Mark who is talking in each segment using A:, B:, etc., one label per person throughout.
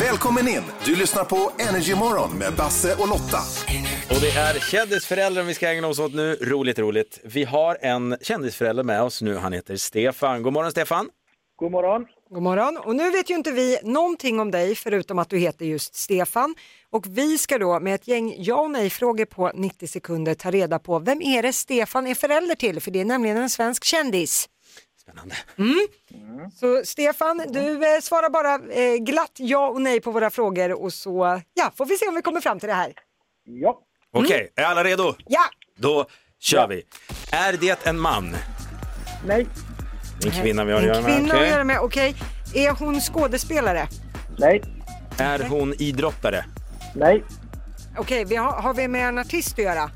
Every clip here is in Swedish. A: Välkommen in! Du lyssnar på Energymorgon med Basse och Lotta.
B: Och det är kändisföräldern vi ska ägna oss åt nu. Roligt, roligt. Vi har en kändisförälder med oss nu. Han heter Stefan. God morgon Stefan.
C: God morgon.
D: God morgon. Och nu vet ju inte vi någonting om dig förutom att du heter just Stefan. Och vi ska då med ett gäng ja och nej-frågor på 90 sekunder ta reda på vem är det Stefan är förälder till? För det är nämligen en svensk kändis.
B: Spännande.
D: Så Stefan, du eh, svarar bara eh, glatt ja och nej på våra frågor och så ja, får vi se om vi kommer fram till det här.
C: Ja.
B: Okej, är alla redo?
D: Ja,
B: Då kör vi. Är det en man?
C: Nej.
B: En kvinna vi har att göra
D: en
B: med.
D: kvinna att
B: okej.
D: göra med, okej. Är hon skådespelare?
C: Nej.
B: Är hon idrottare?
C: Nej.
D: Okej, vi har, har vi med en artist att göra?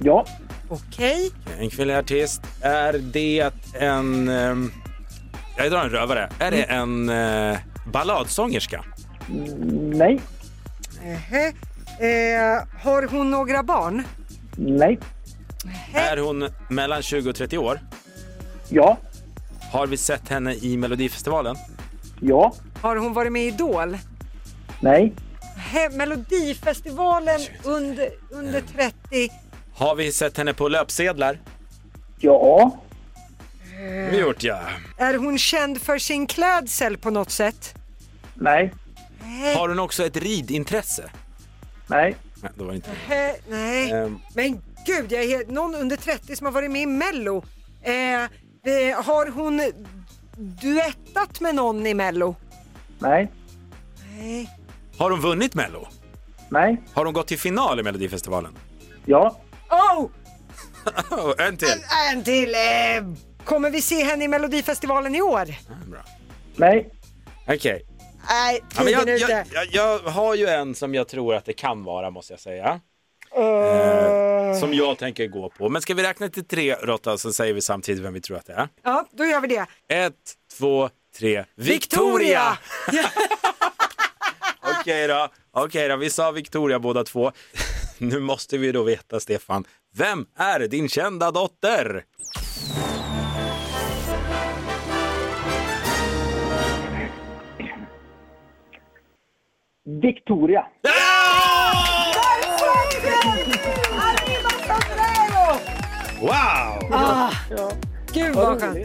C: Ja.
D: Okej,
B: En kvinnlig artist. Är det en... ehm, Jag drar en rövare. Är det en eh, balladsångerska?
C: Nej.
D: Nähä. eh, har hon några barn?
C: Nej.
B: Är hon mellan 20 och 30 år?
C: Ja.
B: Har vi sett henne i Melodifestivalen?
C: Ja.
D: Har hon varit med i Idol?
C: Nej.
D: He, Melodifestivalen under, under 30.
B: Har vi sett henne på löpsedlar?
C: Ja.
B: Det har vi gjort, ja.
D: Är hon känd för sin klädsel på något sätt?
C: Nej.
B: Har hon också ett ridintresse?
C: Nej.
B: Nej, det var det inte.
D: He, nej.
B: Ehm.
D: Men gud, jag är helt, någon under 30 som har varit med i Mello. Eh, eh, har hon duettat med någon i Mello?
C: Nej.
D: Nej.
B: Har hon vunnit Mello?
C: Nej.
B: Har hon gått till final i Melodifestivalen?
C: Ja.
D: Oh!
B: Oh, en till!
D: En till! Eh, kommer vi se henne i Melodifestivalen i år?
B: Bra.
C: Nej.
B: Okej.
D: Nej,
B: Ja, men
D: tiden
B: jag,
D: är ute.
B: jag, jag, jag har ju en som jag tror att det kan vara, måste jag säga. Eh, som jag tänker gå på. Men ska vi räkna till tre, Rotta, så säger vi samtidigt vem vi tror att det är.
D: Ja, då gör vi det.
B: Ett, två, tre. Victoria!
D: Victoria!
B: Okej då. Okej då, vi sa Victoria båda två. Nu måste vi då veta, Stefan, vem är din kända dotter?
C: Victoria.
B: Wow!
D: Gud vad skönt.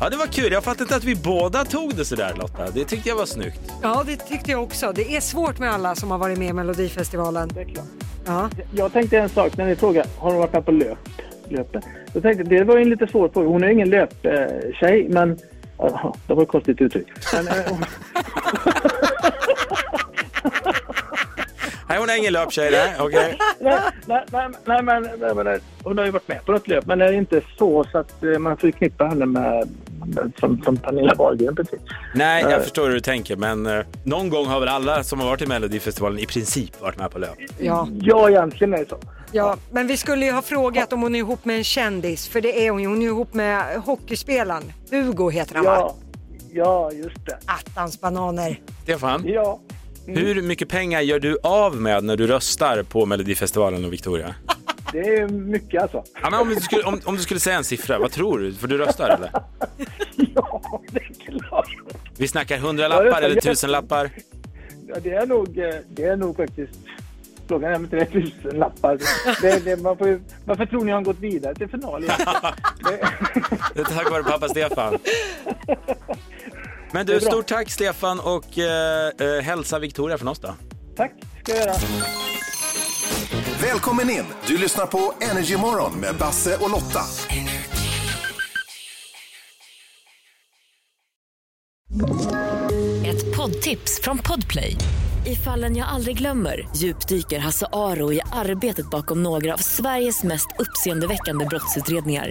B: Ja, det var kul. Jag fattar inte att vi båda tog det sådär, Lotta. Det tyckte jag var snyggt.
D: Ja, det tyckte jag också. Det är svårt med alla som har varit med i Melodifestivalen.
C: Det är klart.
D: Ja.
C: Jag tänkte en sak när ni frågade, har hon varit med på löp? löpen? Jag tänkte, det var ju en lite svår fråga. Hon är ju ingen löptjej, men... Ja, Det var ett konstigt uttryck. Men, eh, hon-
B: Nej, hon är ingen löptjej. nej. Okej.
C: nej, nej, nej, nej, men, nej, men, nej. hon har ju varit med på något löp, men det är inte så, så att eh, man förknippar henne med, med som, som Pernilla Wahlgren precis.
B: Nej, jag förstår hur du tänker, men eh, någon gång har väl alla som har varit i Melodifestivalen i princip varit med på löp.
D: Ja,
C: Ja, egentligen är det så.
D: ja, men vi skulle ju ha frågat om hon är ihop med en kändis, för det är hon ju. Hon är ihop med hockeyspelaren. Hugo heter han va?
C: Ja, ja just det.
D: Attans bananer.
B: Stefan,
C: Ja.
B: hur mycket pengar gör du av med när du röstar på Melodifestivalen och Victoria?
C: Det är mycket alltså.
B: Ja, men om, du skulle, om, om du skulle säga en siffra, vad tror du? För du röstar eller?
C: Ja, det är klart.
B: Vi snackar
C: Ja,
B: hundralappar
C: det-
B: eller tusenlappar?
C: Ja, det, är nog, eh, det är nog faktiskt... Frågan är om inte det är tusenlappar. Det, det, man får, ju- varför tror ni har gått vidare till finalen? Det-
B: Det är tack vare pappa Stefan. Men
C: Det
B: du,
C: är bra.
B: stort tack Stefan och eh, eh, hälsa Victoria från oss då.
C: Tack ska jag göra.
A: Välkommen in! Du lyssnar på Energymorgon med Basse och Lotta.
E: Ett poddtips från Podplay. I fallen jag aldrig glömmer djupdyker Hasse Aro i arbetet bakom några av Sveriges mest uppseendeväckande brottsutredningar.